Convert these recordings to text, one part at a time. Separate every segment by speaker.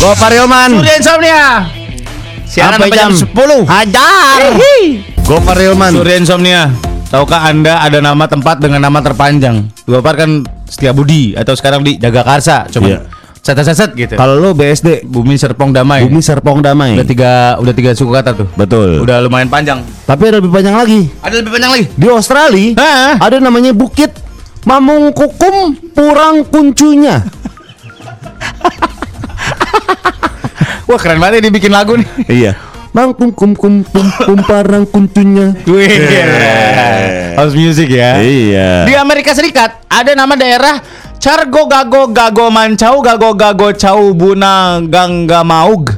Speaker 1: Go Parioman.
Speaker 2: Surya Insomnia. Siaran sampai jam 10.
Speaker 1: Hajar. Go Parioman.
Speaker 2: Surya Insomnia. Tahukah Anda ada nama tempat dengan nama terpanjang? Gopar kan Setia Budi atau sekarang di Jagakarsa. Coba.
Speaker 1: Iya.
Speaker 2: Seset-seset gitu.
Speaker 1: Kalau lu BSD
Speaker 2: Bumi Serpong Damai.
Speaker 1: Bumi Serpong Damai.
Speaker 2: Eh. udah tiga udah tiga suku kata tuh.
Speaker 1: Betul.
Speaker 2: Udah lumayan panjang.
Speaker 1: Tapi ada lebih panjang lagi.
Speaker 2: Ada lebih panjang lagi.
Speaker 1: Di Australia
Speaker 2: Hah?
Speaker 1: ada namanya Bukit Mamungkukum Purang Kuncunya.
Speaker 2: Wah keren banget ini bikin lagu nih.
Speaker 1: iya. Mangkum kum kum pum pum parang kuncunya.
Speaker 2: Wih, Iya. house music ya. Di
Speaker 1: Iya.
Speaker 2: Amerika Serikat ada nama daerah Chargo Gago Gago Mancau Gago Gago Cau Buna Gangga Maug.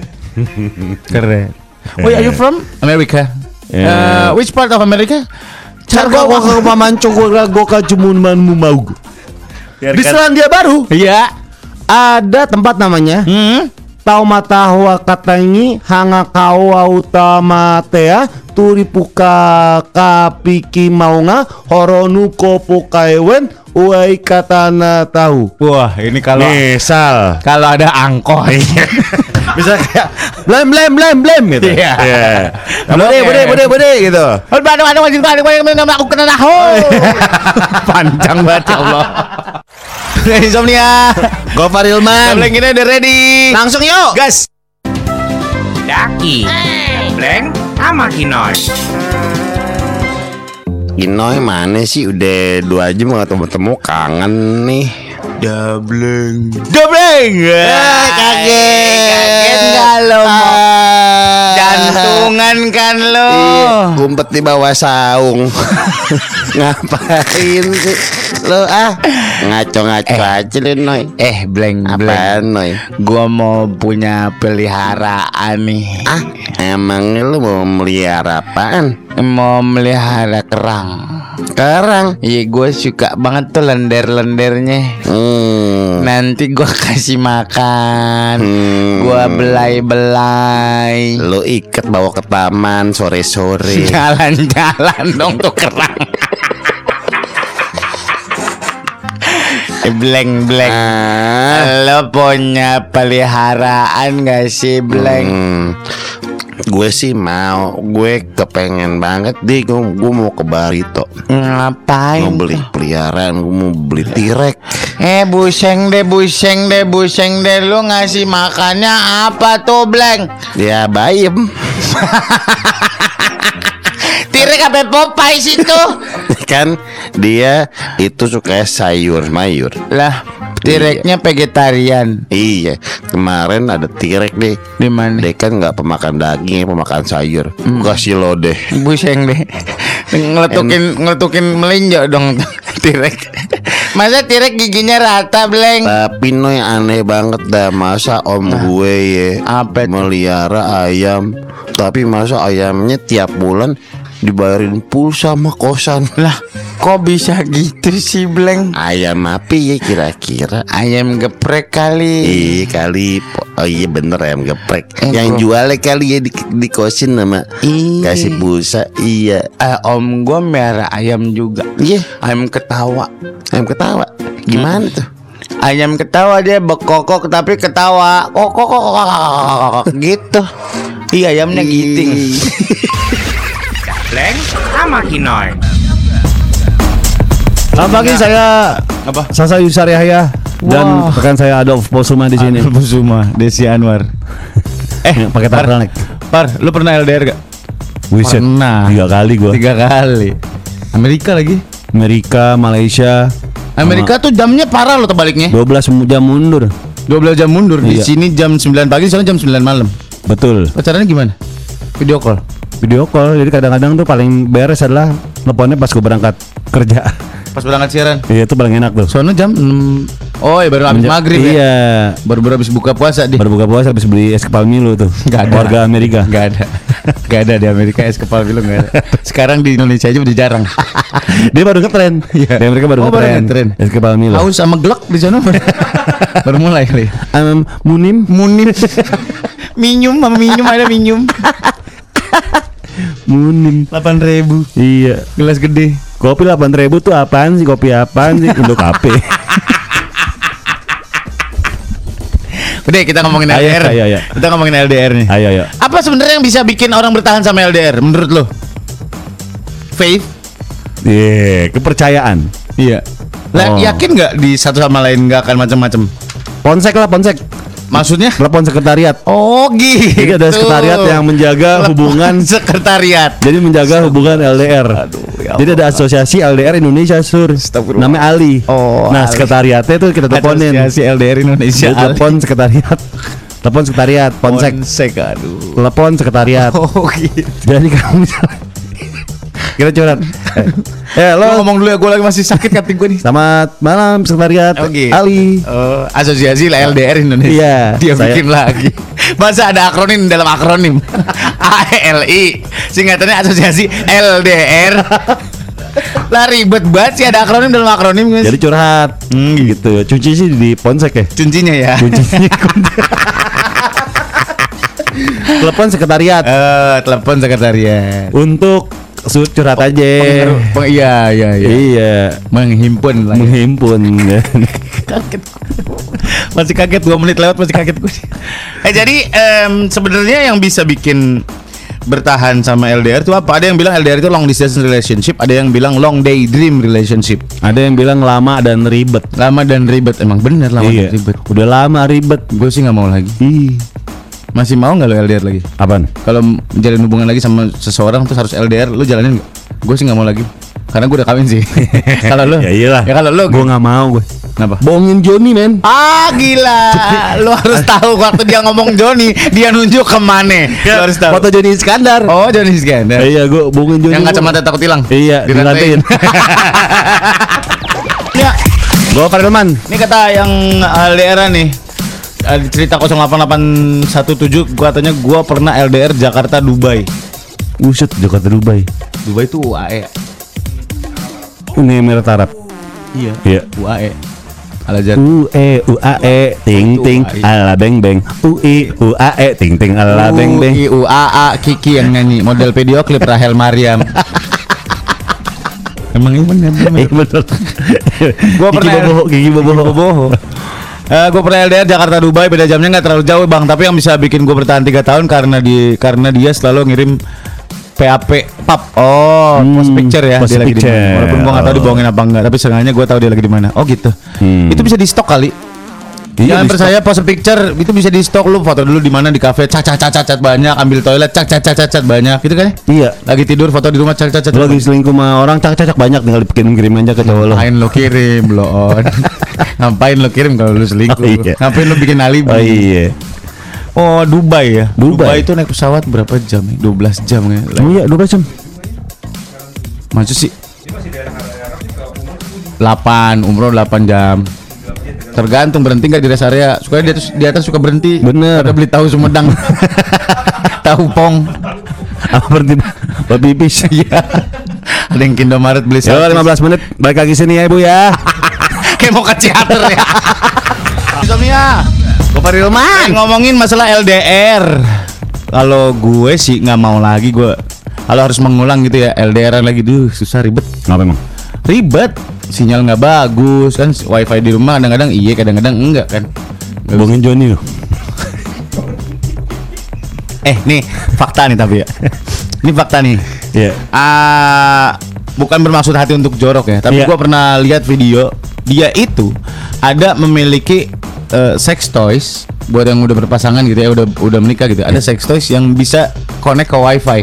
Speaker 2: Keren. Eh. Where Oh, iya, are you
Speaker 1: Eh.
Speaker 2: from? America. Uh,
Speaker 1: Yeah.
Speaker 2: which part of America? Chargo
Speaker 1: Cargo
Speaker 2: Gago.
Speaker 1: mamancung gua goka jumunman mumau. Di Selandia Baru
Speaker 2: Iya.
Speaker 1: ada tempat namanya
Speaker 2: Hmm.
Speaker 1: Tau matahua katangi hanga kawa utama tea turipuka kapiki maunga horonu kopo kaewen uai katana tahu.
Speaker 2: Wah, ini kalau
Speaker 1: Misal
Speaker 2: kalau ada angkoh.
Speaker 1: Bisa kayak blem blem blem blem gitu.
Speaker 2: Iya.
Speaker 1: Iya.
Speaker 2: Blem,
Speaker 1: Bode
Speaker 2: ya.
Speaker 1: bode bode bode gitu.
Speaker 2: Aduh, aduh, aduh, aduh, aduh, aduh, aduh, aku kena tahu.
Speaker 1: Panjang banget ya Allah.
Speaker 2: Insomnia.
Speaker 1: Gofar Ilman.
Speaker 2: Gableng ini udah ready.
Speaker 1: Langsung yuk.
Speaker 2: Gas.
Speaker 3: Daki, Bleng, sama Kinoy.
Speaker 4: Ginoy mana sih udah dua jam gak ketemu-temu kangen nih
Speaker 2: Gableng. Eh,
Speaker 1: Eh,
Speaker 2: Kaget Ah. nggak lo? Mo? Jantungan kan lo.
Speaker 1: Oh.
Speaker 4: Ih, Ngumpet di bawah saung Ngapain sih Lo ah Ngaco-ngaco aja lu Noy
Speaker 2: Eh, bleng, bleng.
Speaker 4: Apaan Noy
Speaker 2: Gua mau punya peliharaan nih.
Speaker 4: Ah Emangnya lu mau melihara apaan
Speaker 2: Mau melihara kerang.
Speaker 4: Karang
Speaker 2: Iya, gue suka banget tuh lender-lendernya.
Speaker 4: Hmm
Speaker 2: Nanti gua kasih makan.
Speaker 4: Hmm.
Speaker 2: Gua belai-belai.
Speaker 4: Lu ikat bawa ke taman sore-sore
Speaker 2: Jalan-jalan dong tuh kerang. Eh, Bleng bleng.
Speaker 4: Ah
Speaker 2: Lo punya peliharaan gak sih bleng?
Speaker 4: Hmm, gue sih mau, gue kepengen banget deh, gue, gue mau ke Barito,
Speaker 2: Ngapain?
Speaker 4: Hmm. mau beli peliharaan, gue mau beli tirek.
Speaker 2: Eh buseng deh buseng deh buseng deh Lo ngasih makannya apa tuh bleng?
Speaker 4: Ya bayem,
Speaker 2: Tirek apa Popeye situ?
Speaker 4: kan dia itu suka sayur mayur.
Speaker 2: lah tireknya vegetarian
Speaker 4: Iya, kemarin ada tirek deh.
Speaker 2: di mana?
Speaker 4: Dia kan nggak pemakan daging, pemakan sayur. Kasih lo deh.
Speaker 2: Buseng deh Ngeletukin ngeletukin melinjo dong Tirek Masa tirek giginya rata bleng
Speaker 4: Tapi noy aneh banget dah masa om gue ya
Speaker 2: Apa tuh?
Speaker 4: melihara ayam, tapi masa ayamnya tiap bulan dibayarin pulsa sama kosan.
Speaker 2: Lah kok bisa gitu sih bleng
Speaker 4: Ayam api ya kira-kira?
Speaker 2: Ayam geprek kali
Speaker 4: Iya kali, po- oh iya bener ayam geprek.
Speaker 2: Eh,
Speaker 4: Yang
Speaker 2: bro.
Speaker 4: jualnya kali ya di, di kosin nama
Speaker 2: Iya.
Speaker 4: kasih pulsa. Iya,
Speaker 2: Eh, Om gue merah ayam juga
Speaker 4: iya
Speaker 2: Ayam ketawa Hmm.
Speaker 4: ayam ketawa. Gimana tuh?
Speaker 2: Ayam ketawa dia bekokok tapi ketawa Kokok gitu Iya ayamnya giting
Speaker 3: Bleng, sama Kinoy.
Speaker 1: Selamat pagi saya
Speaker 2: Apa?
Speaker 1: Sasa Yusar Yahya dan
Speaker 2: Wah.
Speaker 1: rekan saya Adolf Posuma di sini.
Speaker 2: Busuma Desi Anwar Eh
Speaker 1: Pakai
Speaker 2: Par.
Speaker 1: tarkanek.
Speaker 2: Par, lu pernah LDR gak?
Speaker 1: Wiset.
Speaker 2: Pernah.
Speaker 1: Ah, Tiga kali gua.
Speaker 2: Tiga kali. Amerika lagi.
Speaker 1: Amerika, Malaysia.
Speaker 2: Amerika tuh jamnya parah loh terbaliknya.
Speaker 1: sama 12 jam mundur.
Speaker 2: 12 jam mundur di
Speaker 1: Iya.
Speaker 2: sini jam 9 pagi, di sana jam 9 malam.
Speaker 1: Betul.
Speaker 2: Pacarannya gimana? Video call.
Speaker 1: Video call. Jadi kadang-kadang tuh paling beres adalah teleponnya pas gua berangkat kerja.
Speaker 2: Pas berangkat siaran.
Speaker 1: Iya itu paling enak tuh.
Speaker 2: Soalnya jam 6. Oh, ya baru habis
Speaker 1: Menja-
Speaker 2: maghrib ya.
Speaker 1: Iya.
Speaker 2: Baru baru habis buka puasa di.
Speaker 1: Baru buka puasa habis beli es kepal Milo tuh.
Speaker 2: Nggak ada.
Speaker 1: Warga Amerika.
Speaker 2: Gak ada. Gak ada di Amerika es kepala bilang gak ada. Sekarang di Indonesia aja udah jarang.
Speaker 1: Dia baru ngetren.
Speaker 2: Iya.
Speaker 1: Di Amerika baru
Speaker 2: Oh, baru
Speaker 1: ngetren.
Speaker 2: ngetren.
Speaker 1: Es kepal Milo.
Speaker 2: Haus sama gelak di sana. baru- baru mulai kali.
Speaker 1: Um, Munim.
Speaker 2: Munim. minum sama minum ada minum.
Speaker 1: Munim.
Speaker 2: 8000
Speaker 1: Iya.
Speaker 2: gelas gede.
Speaker 1: Kopi 8000 tuh apaan sih? Kopi apaan sih? Indo Kafe.
Speaker 2: Udah kita ngomongin
Speaker 1: Ayo,
Speaker 2: LDR.
Speaker 1: ayo, ayo.
Speaker 2: Kita ngomongin LDR nih.
Speaker 1: Ayo ayo.
Speaker 2: Apa sebenarnya yang bisa bikin orang bertahan sama LDR menurut lo? Faith?
Speaker 1: Iya, kepercayaan.
Speaker 2: Iya. Lah
Speaker 1: Oh.
Speaker 2: yakin nggak di satu sama lain nggak akan macam-macam?
Speaker 1: Ponsek lah ponsek.
Speaker 2: Maksudnya?
Speaker 1: Telepon sekretariat.
Speaker 2: Oh gitu.
Speaker 1: Jadi ada sekretariat yang menjaga hubungan
Speaker 2: sekretariat.
Speaker 1: jadi menjaga hubungan LDR.
Speaker 2: ya
Speaker 1: jadi ada asosiasi LDR Indonesia Sur.
Speaker 2: Astagfirullah.
Speaker 1: Namanya Ali.
Speaker 2: Oh,
Speaker 1: nah
Speaker 2: Ali.
Speaker 1: sekretariatnya itu kita teleponin.
Speaker 2: Asosiasi LDR Indonesia.
Speaker 1: Jadi telepon sekretariat. telepon sekretariat, ponsek.
Speaker 2: Ponsek aduh.
Speaker 1: Telepon sekretariat.
Speaker 2: Oh gitu.
Speaker 1: Jadi kamu misalnya kita curhat. Eh, eh,
Speaker 2: Lo
Speaker 1: lo
Speaker 2: ngomong dulu ya gue lagi masih sakit kating gue nih.
Speaker 1: selamat malam sekretariat
Speaker 2: Oh, gitu.
Speaker 1: Ali.
Speaker 2: Oh, asosiasi lah LDR Indonesia.
Speaker 1: Iya,
Speaker 2: Dia
Speaker 1: saya-
Speaker 2: bikin lagi. Masa ada akronim dalam akronim? ALI. Singkatannya asosiasi LDR. lah ribet banget sih ada akronim dalam akronim guys.
Speaker 1: Jadi curhat. gitu. Cuci sih di ponsek ya.
Speaker 2: Kuncinya ya.
Speaker 1: Kuncinya kunci. Telepon sekretariat.
Speaker 2: Eh, telepon sekretariat.
Speaker 1: untuk sur curhat aja.
Speaker 2: Pengeru- peng- iya, iya, iya.
Speaker 1: Oh, Iya,
Speaker 2: Menghimpun lah. ya.
Speaker 1: menghimpun.
Speaker 2: kaget. masih kaget dua menit lewat masih kaget gue. eh jadi em, sebenarnya yang bisa bikin bertahan sama LDR itu apa? Ada yang bilang LDR itu long distance relationship, ada yang bilang long day dream relationship.
Speaker 1: Ada yang bilang lama dan ribet.
Speaker 2: Lama dan ribet emang bener lama
Speaker 1: iya.
Speaker 2: dan ribet.
Speaker 1: Udah lama ribet.
Speaker 2: Gue sih nggak mau lagi.
Speaker 1: Ih,
Speaker 2: Masih mau nggak lo LDR lagi?
Speaker 1: apaan?
Speaker 2: Kalau menjalin hubungan lagi sama seseorang terus harus LDR, lo jalanin nggak? Gue sih nggak mau lagi. Karena gue udah kawin sih. kalau lo?
Speaker 1: Ya iyalah.
Speaker 2: Ya kalau lo?
Speaker 1: gua nggak mau gue.
Speaker 2: Kenapa?
Speaker 1: Bohongin Joni men.
Speaker 2: Ah gila, lu harus tahu waktu dia ngomong Joni, dia nunjuk ke mana. Lu harus tahu.
Speaker 1: Foto Joni Iskandar.
Speaker 2: Oh Joni Iskandar.
Speaker 1: Iya, gua bohongin Joni.
Speaker 2: Yang
Speaker 1: gua.
Speaker 2: kacamata takut hilang.
Speaker 1: Iya,
Speaker 2: Dirantain.
Speaker 1: dilantain.
Speaker 2: Ini,
Speaker 1: Gua Farelman.
Speaker 2: ini kata yang LDR nih. Eh, di Cerita 08817 katanya gua pernah LDR Jakarta Dubai.
Speaker 1: Buset, Jakarta Dubai.
Speaker 2: Dubai itu UAE.
Speaker 1: Uni Emirat Arab.
Speaker 2: Iya.
Speaker 1: Iya.
Speaker 2: UAE. Al Azhar.
Speaker 1: U E U A E ting ting ala beng beng U I U A E ting ting ala
Speaker 2: Oh,
Speaker 1: beng beng
Speaker 2: UI, UAA Kiki yang nyanyi model video klip Rahel Mariam. Emang ini bener,
Speaker 1: Eh bener
Speaker 2: Gua
Speaker 1: Gigi
Speaker 2: pernah-
Speaker 1: boboho Gigi boboho
Speaker 2: gue Eh, pernah LDR Jakarta Dubai beda jamnya nggak terlalu jauh bang tapi yang bisa bikin gue bertahan tiga tahun karena di karena dia selalu ngirim PAP pap oh
Speaker 1: Hmm,
Speaker 2: post picture ya
Speaker 1: post
Speaker 2: dia lagi di mana
Speaker 1: picture.
Speaker 2: walaupun gue nggak tahu dibohongin apa enggak tapi seenggaknya gue tahu dia lagi di mana oh gitu
Speaker 1: Hmm.
Speaker 2: itu bisa di stok kali
Speaker 1: Iya,
Speaker 2: Jangan
Speaker 1: di
Speaker 2: percaya post picture itu bisa di stok lu foto dulu di mana di kafe cacat cacat cacat banyak ambil toilet cacat cacat cacat banyak gitu kan ya?
Speaker 1: Iya
Speaker 2: lagi tidur foto di rumah cacat cacat
Speaker 1: Lo lagi selingkuh sama orang cacak-cacak banyak Tinggal dipikirin kirim aja ke cowok lo
Speaker 2: Ngapain lo kirim lo on Ngapain lo kirim kalau lo selingkuh
Speaker 1: Oh, iya.
Speaker 2: Ngapain lo bikin alibi
Speaker 1: Oh iya
Speaker 2: Oh Dubai ya
Speaker 1: Dubai.
Speaker 2: itu naik pesawat berapa jam ya? 12 jam ya
Speaker 1: Oh iya 12 jam
Speaker 2: Maksud sih 8 umroh 8 jam Tergantung berhenti nggak di rest area Suka di atas, di atas suka berhenti
Speaker 1: Bener.
Speaker 2: Ada beli tahu Sumedang Tahu pong
Speaker 1: Apa berarti Babi pipis
Speaker 2: Iya Ada yang ke Indomaret beli
Speaker 1: Yo 15 menit Balik lagi sini ya ibu ya
Speaker 2: Kayak mau ke teater ya Insomnia
Speaker 1: Gua Farilman
Speaker 2: Hey, ngomongin masalah LDR. Kalau gue sih nggak mau lagi gue. Kalau harus mengulang gitu ya LDR lagi duh susah ribet.
Speaker 1: Ngapa emang?
Speaker 2: Ribet. Sinyal nggak bagus kan wifi di rumah kadang-kadang iya kadang-kadang enggak kan.
Speaker 1: Bohongin Joni lo
Speaker 2: Eh nih fakta nih tapi ya. Ini fakta nih.
Speaker 1: Iya
Speaker 2: Ah, bukan bermaksud hati untuk jorok ya, tapi
Speaker 1: Iya.
Speaker 2: gue pernah lihat video dia itu ada memiliki eh, sex toys buat yang udah berpasangan gitu ya, udah udah menikah gitu.
Speaker 1: Iya.
Speaker 2: Ada sex toys yang bisa connect ke wifi.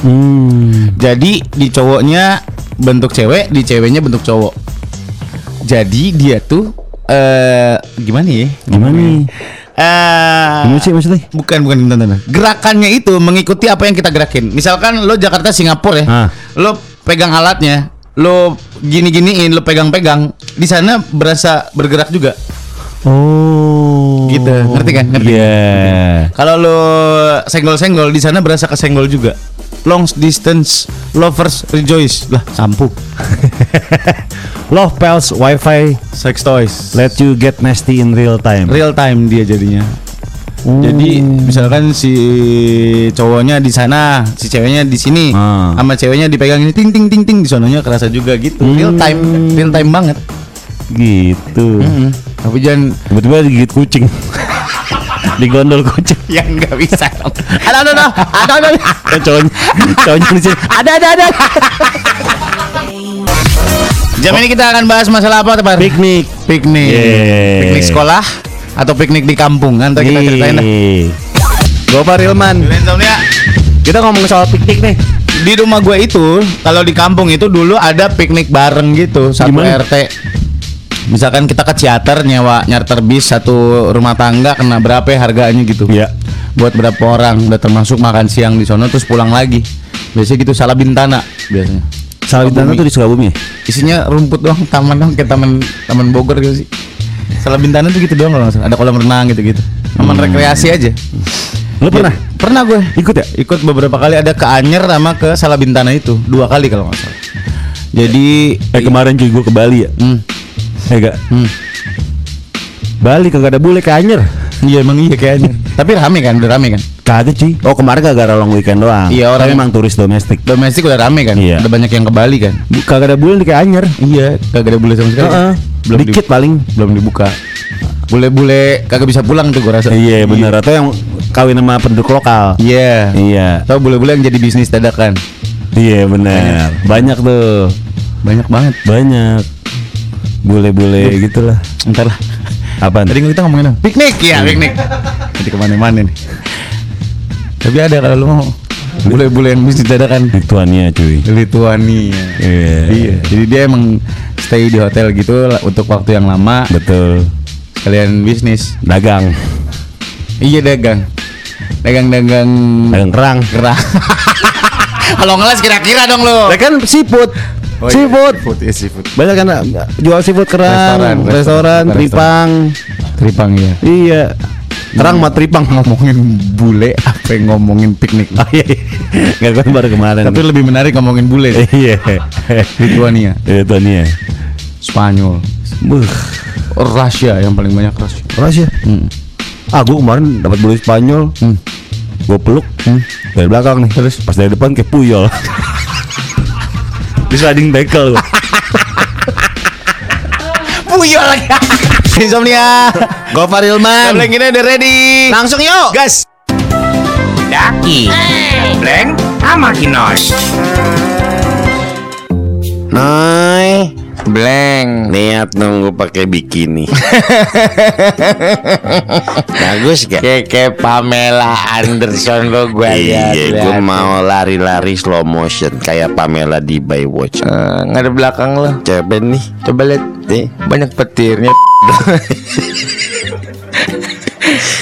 Speaker 1: Hmm
Speaker 2: Jadi di cowoknya bentuk cewek, di ceweknya bentuk cowok. Jadi dia tuh eh gimana ya?
Speaker 1: Gimana nih?
Speaker 2: Eh
Speaker 1: Gimana sih maksudnya?
Speaker 2: Bukan bukan bentar, bentar. Gerakannya itu mengikuti apa yang kita gerakin. Misalkan lo Jakarta Singapura ya.
Speaker 1: Ah.
Speaker 2: Lo pegang alatnya, lo gini-giniin, lo pegang-pegang. Di sana berasa bergerak juga.
Speaker 1: Oh
Speaker 2: Gitu. Ngerti kan? Ngerti.
Speaker 1: Iya
Speaker 2: Kalau lo senggol-senggol di sana berasa kesenggol juga. Long distance lovers rejoice. Lah, sampu.
Speaker 1: Love Pals Wifi
Speaker 2: Sex toys.
Speaker 1: Let you get nasty in real time. Hmm.
Speaker 2: real time dia jadinya. Jadi misalkan si cowoknya di sana, si ceweknya di sini,
Speaker 1: Ah.
Speaker 2: sama ceweknya dipegang ini ting ting Hmm. ting ting di sononya kerasa juga gitu. Real time, real time banget.
Speaker 1: gitu.
Speaker 2: Mm-mm. Tapi jangan
Speaker 1: Tiba-tiba digigit kucing. Digondol kucing.
Speaker 2: yang Ya, nggak bisa. Ada ada ada. Ada ada.
Speaker 1: Eh, cowoknya, cowoknya di sini.
Speaker 2: Ada ada ada. Jam ini kita akan bahas masalah apa, Tebar?
Speaker 1: Piknik.
Speaker 2: piknik.
Speaker 1: Yeay.
Speaker 2: Piknik sekolah atau piknik di kampung. Nanti kita ceritain dah.
Speaker 1: Nih. Gua Pak Rilman.
Speaker 2: Insomnia,
Speaker 1: Kita ngomong soal piknik nih.
Speaker 2: di rumah gue itu kalau di kampung itu dulu ada piknik bareng gitu satu
Speaker 1: Gimana?
Speaker 2: RT misalkan kita ke charter nyewa charter bis satu rumah tangga kena berapa ya harganya gitu
Speaker 1: Iya.
Speaker 2: buat berapa orang udah termasuk makan siang di sono terus pulang lagi biasanya gitu salah bintana biasanya
Speaker 1: Salah bintang tuh di Sukabumi. ya?
Speaker 2: isinya rumput doang taman doang kayak taman taman Bogor gitu sih salah bintana tuh gitu doang kalau nggak salah. ada kolam renang gitu gitu taman rekreasi aja
Speaker 1: Hmm.
Speaker 2: Iya.
Speaker 1: Lu pernah?
Speaker 2: pernah gue
Speaker 1: Ikut ya?
Speaker 2: ikut beberapa kali ada ke Anyer sama ke Salabintana itu dua kali kalau nggak salah jadi
Speaker 1: Eh kemarin cuy gua ke Bali ya.
Speaker 2: hmm,
Speaker 1: Eh enggak.
Speaker 2: hmm.
Speaker 1: Bali kagak ada bule ke Anyer.
Speaker 2: iya emang iya kayaknya tapi rame kan udah rame kan
Speaker 1: Kagak cuy. Oh kemarin kagak ada long weekend doang.
Speaker 2: Iya, orang-
Speaker 1: Tapi emang turis domestik.
Speaker 2: domestik udah rame kan
Speaker 1: Iya.
Speaker 2: udah banyak yang ke Bali kan
Speaker 1: Bu- Kagak ada bule di Anyer.
Speaker 2: iya kagak ada bule sama sekali
Speaker 1: Heeh.
Speaker 2: kan? belum di-
Speaker 1: Dikit paling.
Speaker 2: belum dibuka bule-bule kagak bisa pulang tuh gue rasa
Speaker 1: Iya bener atau yang kawin sama penduduk lokal.
Speaker 2: iya
Speaker 1: Iya.
Speaker 2: tau bule-bule yang jadi bisnis kan? dadakan
Speaker 1: Iya bener. Banyak tuh.
Speaker 2: banyak banget
Speaker 1: Banyak. Bule-bule gitulah.
Speaker 2: ntar lah
Speaker 1: Apaan?
Speaker 2: tadi kita ngomongin apa? piknik ya piknik jadi kemana-mana nih tapi ada kalau lu mau bule-bule yang bisnis dadakan
Speaker 1: Lituania cuy.
Speaker 2: Lituania.
Speaker 1: Iya.
Speaker 2: Iya. Jadi dia emang stay di hotel gitu la- untuk waktu yang lama
Speaker 1: Betul.
Speaker 2: sekalian bisnis.
Speaker 1: Dagang.
Speaker 2: Iya dagang. Dagang-dagang
Speaker 1: Dagang kerang.
Speaker 2: gerah. Kalau ngeles kira-kira dong lo.
Speaker 1: Lah kan seafood. seafood.
Speaker 2: ya seafood.
Speaker 1: Banyak kan uh, jual seafood
Speaker 2: Restoran,
Speaker 1: kerang, restoran,
Speaker 2: restoran,
Speaker 1: tripang.
Speaker 2: Tripang ya.
Speaker 1: Iya. Kerang sama tripang.
Speaker 2: Ngomongin bule apa yang ngomongin piknik.
Speaker 1: Oh iya. iya. Nggak gua baru kemarin.
Speaker 2: Tapi lebih menarik ngomongin bule sih.
Speaker 1: iya. ya.
Speaker 2: Lituania,
Speaker 1: Lituania.
Speaker 2: Spanyol,
Speaker 1: Buh.
Speaker 2: Rusia yang paling banyak Rusia.
Speaker 1: Keras ya.
Speaker 2: Hmm.
Speaker 1: Ah, gua kemarin dapat bulu Spanyol.
Speaker 2: Hmm.
Speaker 1: Gua peluk
Speaker 2: Hmm.
Speaker 1: dari belakang nih.
Speaker 2: Terus?
Speaker 1: pas dari depan kayak puyol. Di sliding tackle gua.
Speaker 2: Puyol lagi. Insomnia.
Speaker 1: Gofar Ilman.
Speaker 2: Gambling ini udah ready.
Speaker 1: Langsung yuk. Gas.
Speaker 3: Daki Bleng sama Kinoy
Speaker 4: Nay,
Speaker 3: Bleng
Speaker 4: niat dong gue pakai bikini. Bagus gak?
Speaker 3: Keke Eh, Pamela Anderson lo gue
Speaker 4: Iya,
Speaker 3: liat
Speaker 4: gue mau lari-lari slow motion kayak Pamela di By Watch.
Speaker 3: Eh, Nggak ada belakang lo
Speaker 4: Coba nih,
Speaker 3: Coba lihat
Speaker 4: nih.
Speaker 3: Banyak petirnya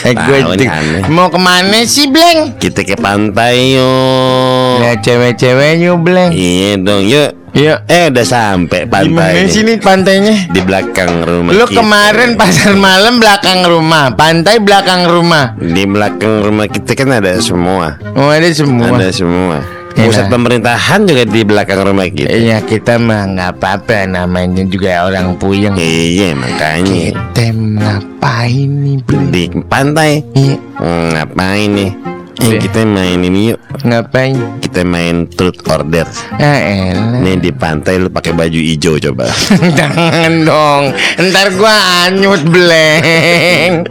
Speaker 3: Eh gue
Speaker 4: Tahu nih
Speaker 3: tik-
Speaker 4: aneh.
Speaker 3: Mau kemana sih Bleng?
Speaker 4: Kita ke pantai yuk.
Speaker 3: Lihat cewek-ceweknya Bleng
Speaker 4: Iya dong, yuk.
Speaker 3: Iya
Speaker 4: Eh udah sampai
Speaker 3: Gimana
Speaker 4: pantai.
Speaker 3: sih nih pantainya?
Speaker 4: Di belakang rumah.
Speaker 3: Lu
Speaker 4: kita.
Speaker 3: kemarin pasar malam belakang rumah, pantai belakang rumah.
Speaker 4: di belakang rumah kita kan ada semua.
Speaker 3: Oh, ada semua. Iya.
Speaker 4: Ada semua.
Speaker 3: Enak.
Speaker 4: Pusat pemerintahan juga di belakang rumah kita.
Speaker 3: Iya, kita mah nggak apa-apa namanya juga orang puyeng.
Speaker 4: Iya makanya
Speaker 3: Kita ngapain nih, Bro?
Speaker 4: di pantai
Speaker 3: Iya,
Speaker 4: Hmm, ngapain nih? Eh,
Speaker 3: Iya.
Speaker 4: kita main ini yuk.
Speaker 3: ngapain?
Speaker 4: Kita main truth order.
Speaker 3: Ah,
Speaker 4: Eh,
Speaker 3: elah.
Speaker 4: Nih di pantai lu pakai baju hijau coba.
Speaker 3: Jangan dong, ntar gua anyut bleng.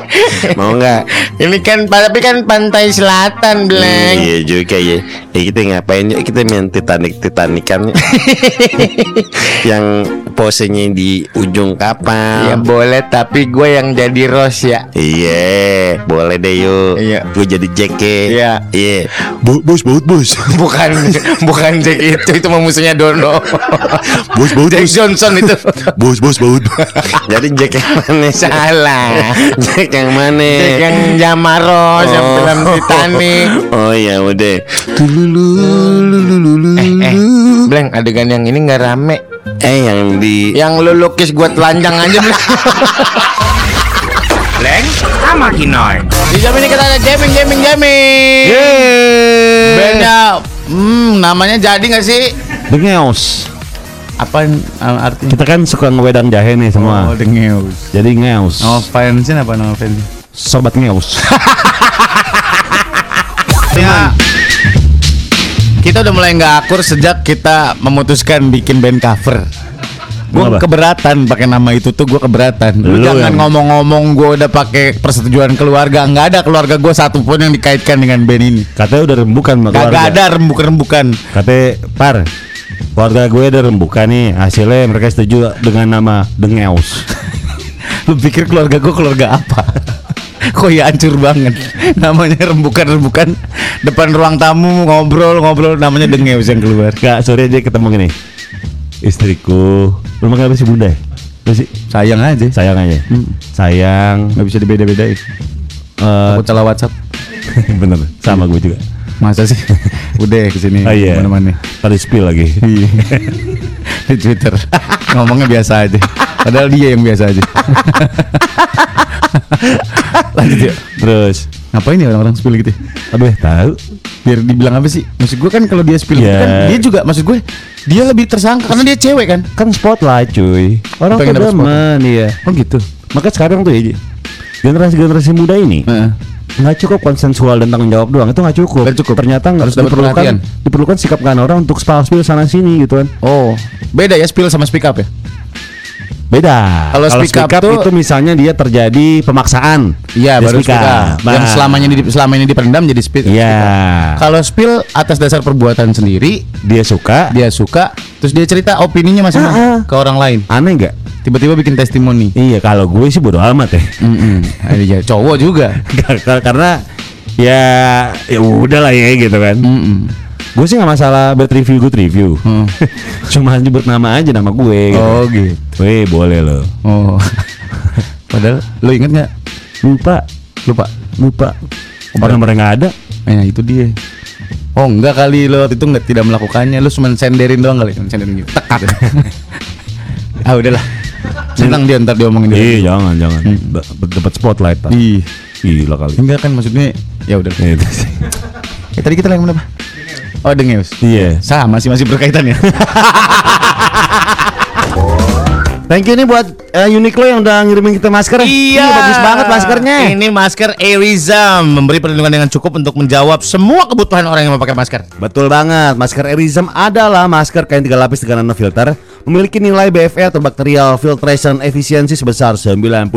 Speaker 4: Mau nggak?
Speaker 3: Ini kan, tapi kan pantai selatan bleng.
Speaker 4: Iya juga ya. Eh, kita ngapain yuk? Kita main Titanic Titanican yuk. yang posenya di ujung
Speaker 3: Ya
Speaker 4: kapal.
Speaker 3: boleh, tapi gue yang jadi Rose ya.
Speaker 4: Iya, boleh deh yuk.
Speaker 3: Iya.
Speaker 4: Gue jadi JK.
Speaker 3: Iya.
Speaker 4: Iya. Bu- Bos baut bos.
Speaker 3: bukan bukan Jack itu itu mah musuhnya Dono
Speaker 4: Bos baut
Speaker 3: Jack Johnson itu
Speaker 4: Bos bos baut. jadi Jack yang mana?
Speaker 3: salah
Speaker 4: Jack yang mana?
Speaker 3: Jack yang Jamaro yang
Speaker 4: Oh.
Speaker 3: film Titanic
Speaker 4: Oh ya udah.
Speaker 3: eh eh Bleng adegan yang ini nggak rame
Speaker 4: Eh yang di
Speaker 3: yang lu lukis gua telanjang aja Bleng Bleng sama Kinoy
Speaker 2: Di jam ini kita ada jamming, jamming, jamming. Bandnya, hmm, namanya jadi nggak sih?
Speaker 1: Dengeos.
Speaker 2: Apa artinya?
Speaker 1: Kita kan suka ngewedang jahe nih
Speaker 2: Oh,
Speaker 1: semua.
Speaker 2: the news.
Speaker 1: Jadi ngeos.
Speaker 2: Nama fansnya apa nama fansnya?
Speaker 1: Sobat ngeos.
Speaker 2: Ya. Kita udah mulai nggak akur sejak kita memutuskan bikin band cover. Gue
Speaker 1: Kenapa?
Speaker 2: keberatan pakai nama itu tuh gue keberatan. Lu
Speaker 1: Lu
Speaker 2: jangan
Speaker 1: yang-
Speaker 2: ngomong-ngomong gue udah pakai persetujuan keluarga. Nggak ada keluarga gue satupun yang dikaitkan dengan band ini.
Speaker 1: Katanya udah rembukan sama keluarga.
Speaker 2: Kagak ada rembukan-rembukan.
Speaker 1: Katanya par keluarga gue ada rembukan nih hasilnya mereka setuju dengan nama Dengeus.
Speaker 2: Lu pikir keluarga gue keluarga apa? Kok ya hancur banget Namanya rembukan-rembukan Depan ruang tamu ngobrol-ngobrol Namanya dengeus yang keluar
Speaker 1: Kak sore aja ketemu gini istriku rumah kenapa sih bunda ya? Apa sih?
Speaker 2: Sayang aja
Speaker 1: sayang aja sayang
Speaker 2: Gak bisa dibeda-bedain
Speaker 1: eh,
Speaker 2: Aku celah whatsapp
Speaker 1: bener sama gue juga
Speaker 2: Masa sih? Udah kesini
Speaker 1: oh iya
Speaker 2: mana-mana.
Speaker 1: tadi spill lagi
Speaker 2: Iya. Di Twitter Ngomongnya biasa aja Padahal dia yang biasa aja Lanjut yuk
Speaker 1: terus
Speaker 2: Ngapain ya orang-orang spill gitu ya?
Speaker 1: aduh tahu
Speaker 2: Biar dibilang apa sih? Maksud gue kan kalau dia spill gitu
Speaker 1: Ya.
Speaker 2: kan Dia juga maksud gue Dia lebih tersangka Karena dia cewek kan
Speaker 1: kan spotlight cuy orang
Speaker 2: Pengen
Speaker 1: tuh
Speaker 2: dapet
Speaker 1: demen iya oh gitu maka sekarang tuh ya generasi generasi muda ini
Speaker 2: Heeh.
Speaker 1: nggak cukup konsensual dan tanggung jawab doang itu nggak cukup.
Speaker 2: Nggak cukup.
Speaker 1: ternyata nggak
Speaker 2: Harus dapat
Speaker 1: diperlukan
Speaker 2: perhatian.
Speaker 1: diperlukan sikap kanan orang untuk spill spill sana sini gitu kan
Speaker 2: Oh, beda ya spill sama speak up ya?
Speaker 1: beda
Speaker 2: Kalau speak up tuh- Iya,
Speaker 1: itu misalnya dia terjadi pemaksaan Dia Nah,
Speaker 2: Ya, Yang selamanya di, selama ini dipendam jadi speak speak
Speaker 1: Iya.
Speaker 2: up. Kalau spill atas dasar perbuatan sendiri,
Speaker 1: dia suka
Speaker 2: dia suka, terus dia cerita opininya
Speaker 1: Ah, ah.
Speaker 2: masing-masing ke orang lain.
Speaker 1: aneh nggak
Speaker 2: Tiba-tiba bikin testimoni.
Speaker 1: iya kalau gue sih bodo amat ya
Speaker 2: Mm-mm. Iya, cowok juga.
Speaker 1: Kar- karena ya ya udahlah ya gitu kan
Speaker 2: Mm-mm.
Speaker 1: gue sih nggak masalah buat review good review
Speaker 2: Hmm.
Speaker 1: cuma nyebut nama aja nama gue gitu.
Speaker 2: Oh gitu.
Speaker 1: Weh boleh loh
Speaker 2: Oh. Padahal lu inget nggak?
Speaker 1: lupa
Speaker 2: Lupa.
Speaker 1: lupa orang mereka nggak ada
Speaker 2: Ya itu dia. Oh enggak kali lo waktu itu nggak tidak melakukannya, lu cuma senderin doang kali, Cuman senderin gitu. Tekak. ah udahlah. Senang dia ntar diomongin dia.
Speaker 1: Ih Iya, jangan jangan Ba- dapat spotlight Pak.
Speaker 2: Ih,
Speaker 1: gila kali Iya.
Speaker 2: enggak kan maksudnya ya udah.
Speaker 1: Itu sih.
Speaker 2: Eh, tadi kita lagi mana, Pak? Oh, dengeus.
Speaker 1: iya
Speaker 2: Sama sih masih berkaitan ya.
Speaker 1: thank you nih buat eh, Uniqlo yang udah ngirimin kita masker Ih, bagus banget maskernya
Speaker 2: Iya. Ini masker Airism memberi perlindungan dengan cukup untuk menjawab semua kebutuhan orang yang memakai masker.
Speaker 1: Betul banget, masker Erism adalah masker kain tiga lapis dengan nano filter Memiliki nilai BFE atau Bacterial Filtration Efficiency sebesar 99%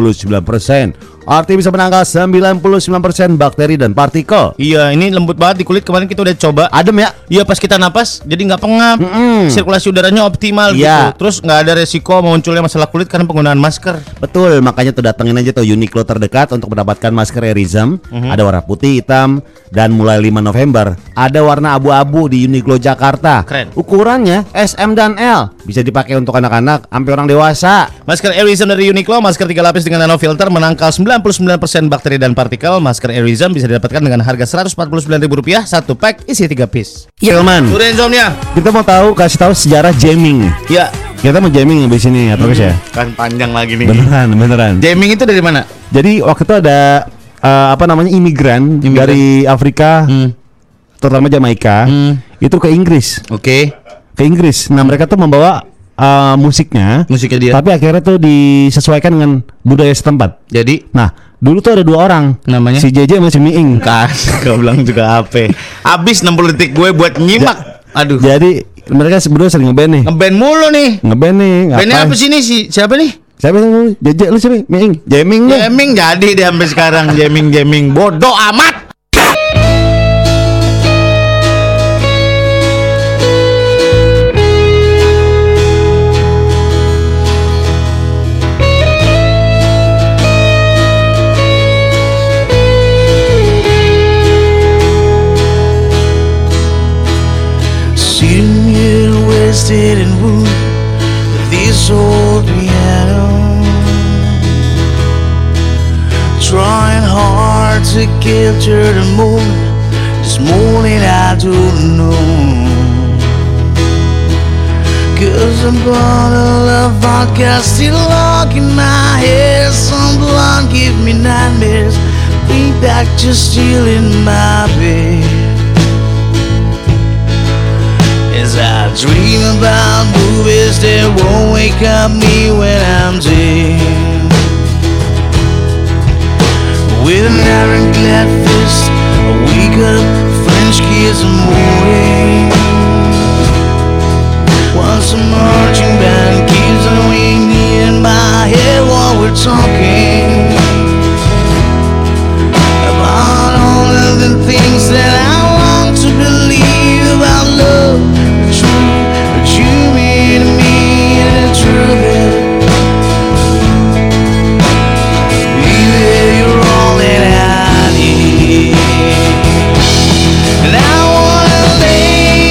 Speaker 1: Artinya bisa menangkal 99% bakteri dan partikel
Speaker 2: Iya, ini lembut banget di kulit. Kemarin kita udah coba.
Speaker 1: Adem ya?
Speaker 2: Iya, pas kita napas jadi nggak pengap.
Speaker 1: Mm-mm.
Speaker 2: Sirkulasi udaranya optimal
Speaker 1: Iya.
Speaker 2: gitu. Terus nggak ada resiko munculnya masalah kulit karena penggunaan masker.
Speaker 1: Betul, makanya tuh datengin aja tuh Uniqlo terdekat untuk mendapatkan masker Erism
Speaker 2: Mhm.
Speaker 1: Ada warna putih, hitam, dan mulai 5 November Ada warna abu-abu di Uniqlo Jakarta
Speaker 2: Keren.
Speaker 1: Ukurannya SM dan L Bisa dipakai untuk anak-anak sampai orang dewasa
Speaker 2: Masker Airism dari Uniqlo, masker 3 lapis dengan nano filter menangkal 99% bakteri dan partikel. Masker Airism bisa didapatkan dengan harga Rp149.000 satu pack isi 3 piece.
Speaker 1: Hilman,
Speaker 2: Udah insomnia.
Speaker 1: kita mau tahu kasih tahu sejarah jamming.
Speaker 2: Ya,
Speaker 1: Kita mau jamming abis ini ya, terus ya.
Speaker 2: kan panjang lagi nih.
Speaker 1: Beneran, beneran.
Speaker 2: Jamming itu dari mana?
Speaker 1: Jadi waktu itu ada eh, apa namanya
Speaker 2: Imigran.
Speaker 1: imigran,
Speaker 2: Mhm.
Speaker 1: dari Afrika,
Speaker 2: Hmm,
Speaker 1: terutama Jamaika, itu ke Inggris,
Speaker 2: Oke,
Speaker 1: ke Inggris. Nah mereka tuh membawa eh, musiknya,
Speaker 2: musiknya dia.
Speaker 1: tapi akhirnya tuh disesuaikan dengan budaya setempat.
Speaker 2: Jadi
Speaker 1: Nah dulu tuh ada dua orang,
Speaker 2: Namanya?
Speaker 1: si JJ sama si Miing.
Speaker 2: kas gue bilang juga HP. Abis 60 detik gue buat nyimak. Aduh.
Speaker 1: Jadi mereka berdua sering ngeband nih,
Speaker 2: Ngeband mulu nih.
Speaker 1: ngeband nih.
Speaker 2: Bandnya
Speaker 1: ngapain?
Speaker 2: apa sih nih si siapa nih?
Speaker 1: Siapa sih? JJ lu siapa? Miing, jamming lu.
Speaker 2: Jamming jadi deh sampai sekarang jamming jamming bodoh amat.
Speaker 5: Sitting here wasted and wounded with this old piano. Trying hard to capture the moment, this morning I don't know. Cause a bottle of vodka still locked in my head. Some blonde give me nightmares. Think that you're still in my bed. As I dream about movies that won't wake up me when I'm dead. With an iron glad fist, I wake up French kiss in the morning. One Once a marching band keeps on ringing in my head while we're talking about all of the things that I long to believe about love, the truth that you mean to me, and the truth is, baby, you're all that I need. And I wanna lay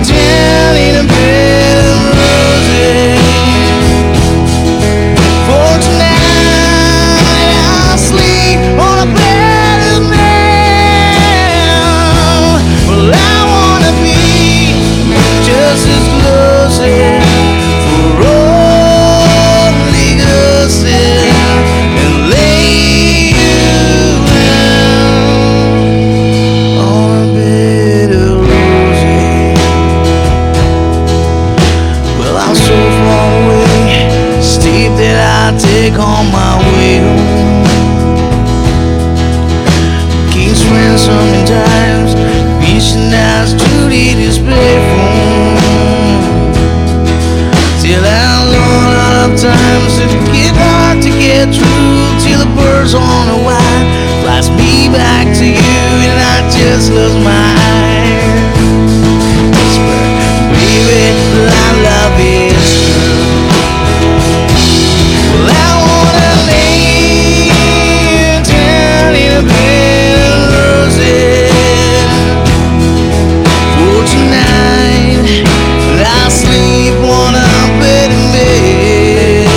Speaker 5: down in a bed of roses. For tonight I'll sleep on a bed of nails. Well, I wanna be just as close as for only us and lay you down on a bed of roses. Well, I'm so far away, steep that I take on my way home. King's friends sometimes, reaching out to the display phone. Till I run out of times, it get hard to get through. Till the birds on the wire flies me back to you, and I just lose my eyes whisper, baby, my love is true. Well, I wanna lay down in a bed of roses for tonight. I sleep on a bed of mist.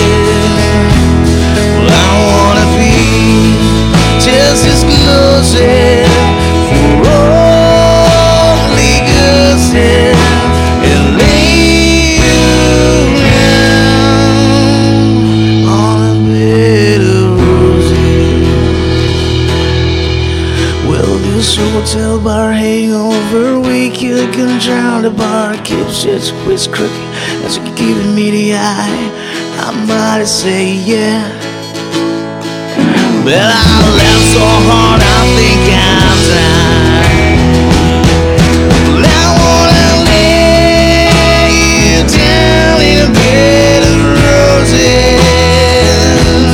Speaker 5: Well, I wanna be just as close as for only good self and lay you down on a bed of roses. Well, this hotel bar hangover wicked control the bar keeps its wrist crooked as you keep me the eye. I might say yeah. But I laugh so hard I think I'm dying Well, I wanna lay you down in a bed of roses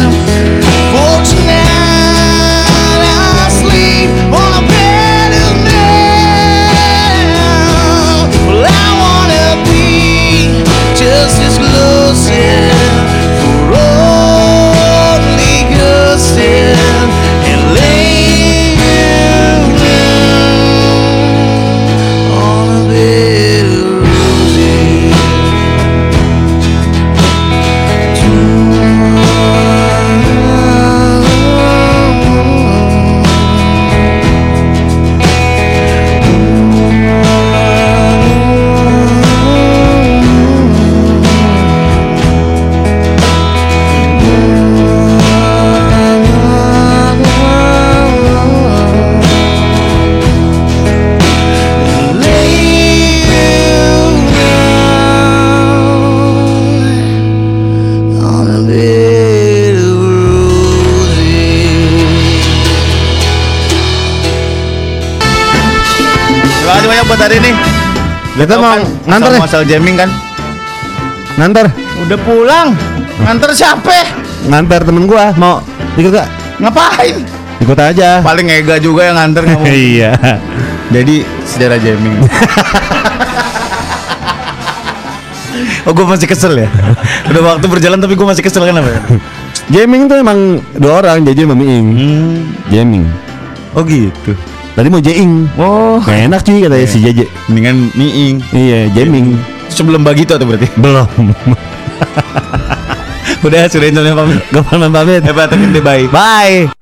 Speaker 5: For tonight I sleep on a bed of nails Well, I wanna be just as close yeah, for only good sin and lay you down on a bed of roses. on a bed of roses.
Speaker 2: Terima kasih banyak buat hari ini.
Speaker 1: Kita mau nganter
Speaker 2: Nganter
Speaker 1: nih,
Speaker 2: Masal jamming kan?
Speaker 1: nganter,
Speaker 2: Udah pulang. Nganter siapa?
Speaker 1: nganter temen gua mau ikut gak?
Speaker 2: Ngapain?
Speaker 1: Ikut aja.
Speaker 2: Paling Ega juga yang nganter nggak mau.
Speaker 1: Iya.
Speaker 2: Jadi sejarah jamming. oh gue masih kesel ya. Udah waktu berjalan tapi gue masih kesel kenapa ya?
Speaker 1: Gaming tuh emang dua orang jadi sama Miing.
Speaker 2: Hmm,
Speaker 1: Gaming.
Speaker 2: oh gitu.
Speaker 1: Tadi mau jeing.
Speaker 2: Oh.
Speaker 1: Nggak enak cuy katanya si JJ.
Speaker 2: Mendingan miing.
Speaker 1: Iya, gaming.
Speaker 2: Sebelum bagi tuh berarti.
Speaker 1: Belum.
Speaker 2: Udah sudah intinya pamit.
Speaker 1: Gue pamit.
Speaker 2: Hebat tapi bye.
Speaker 1: Bye.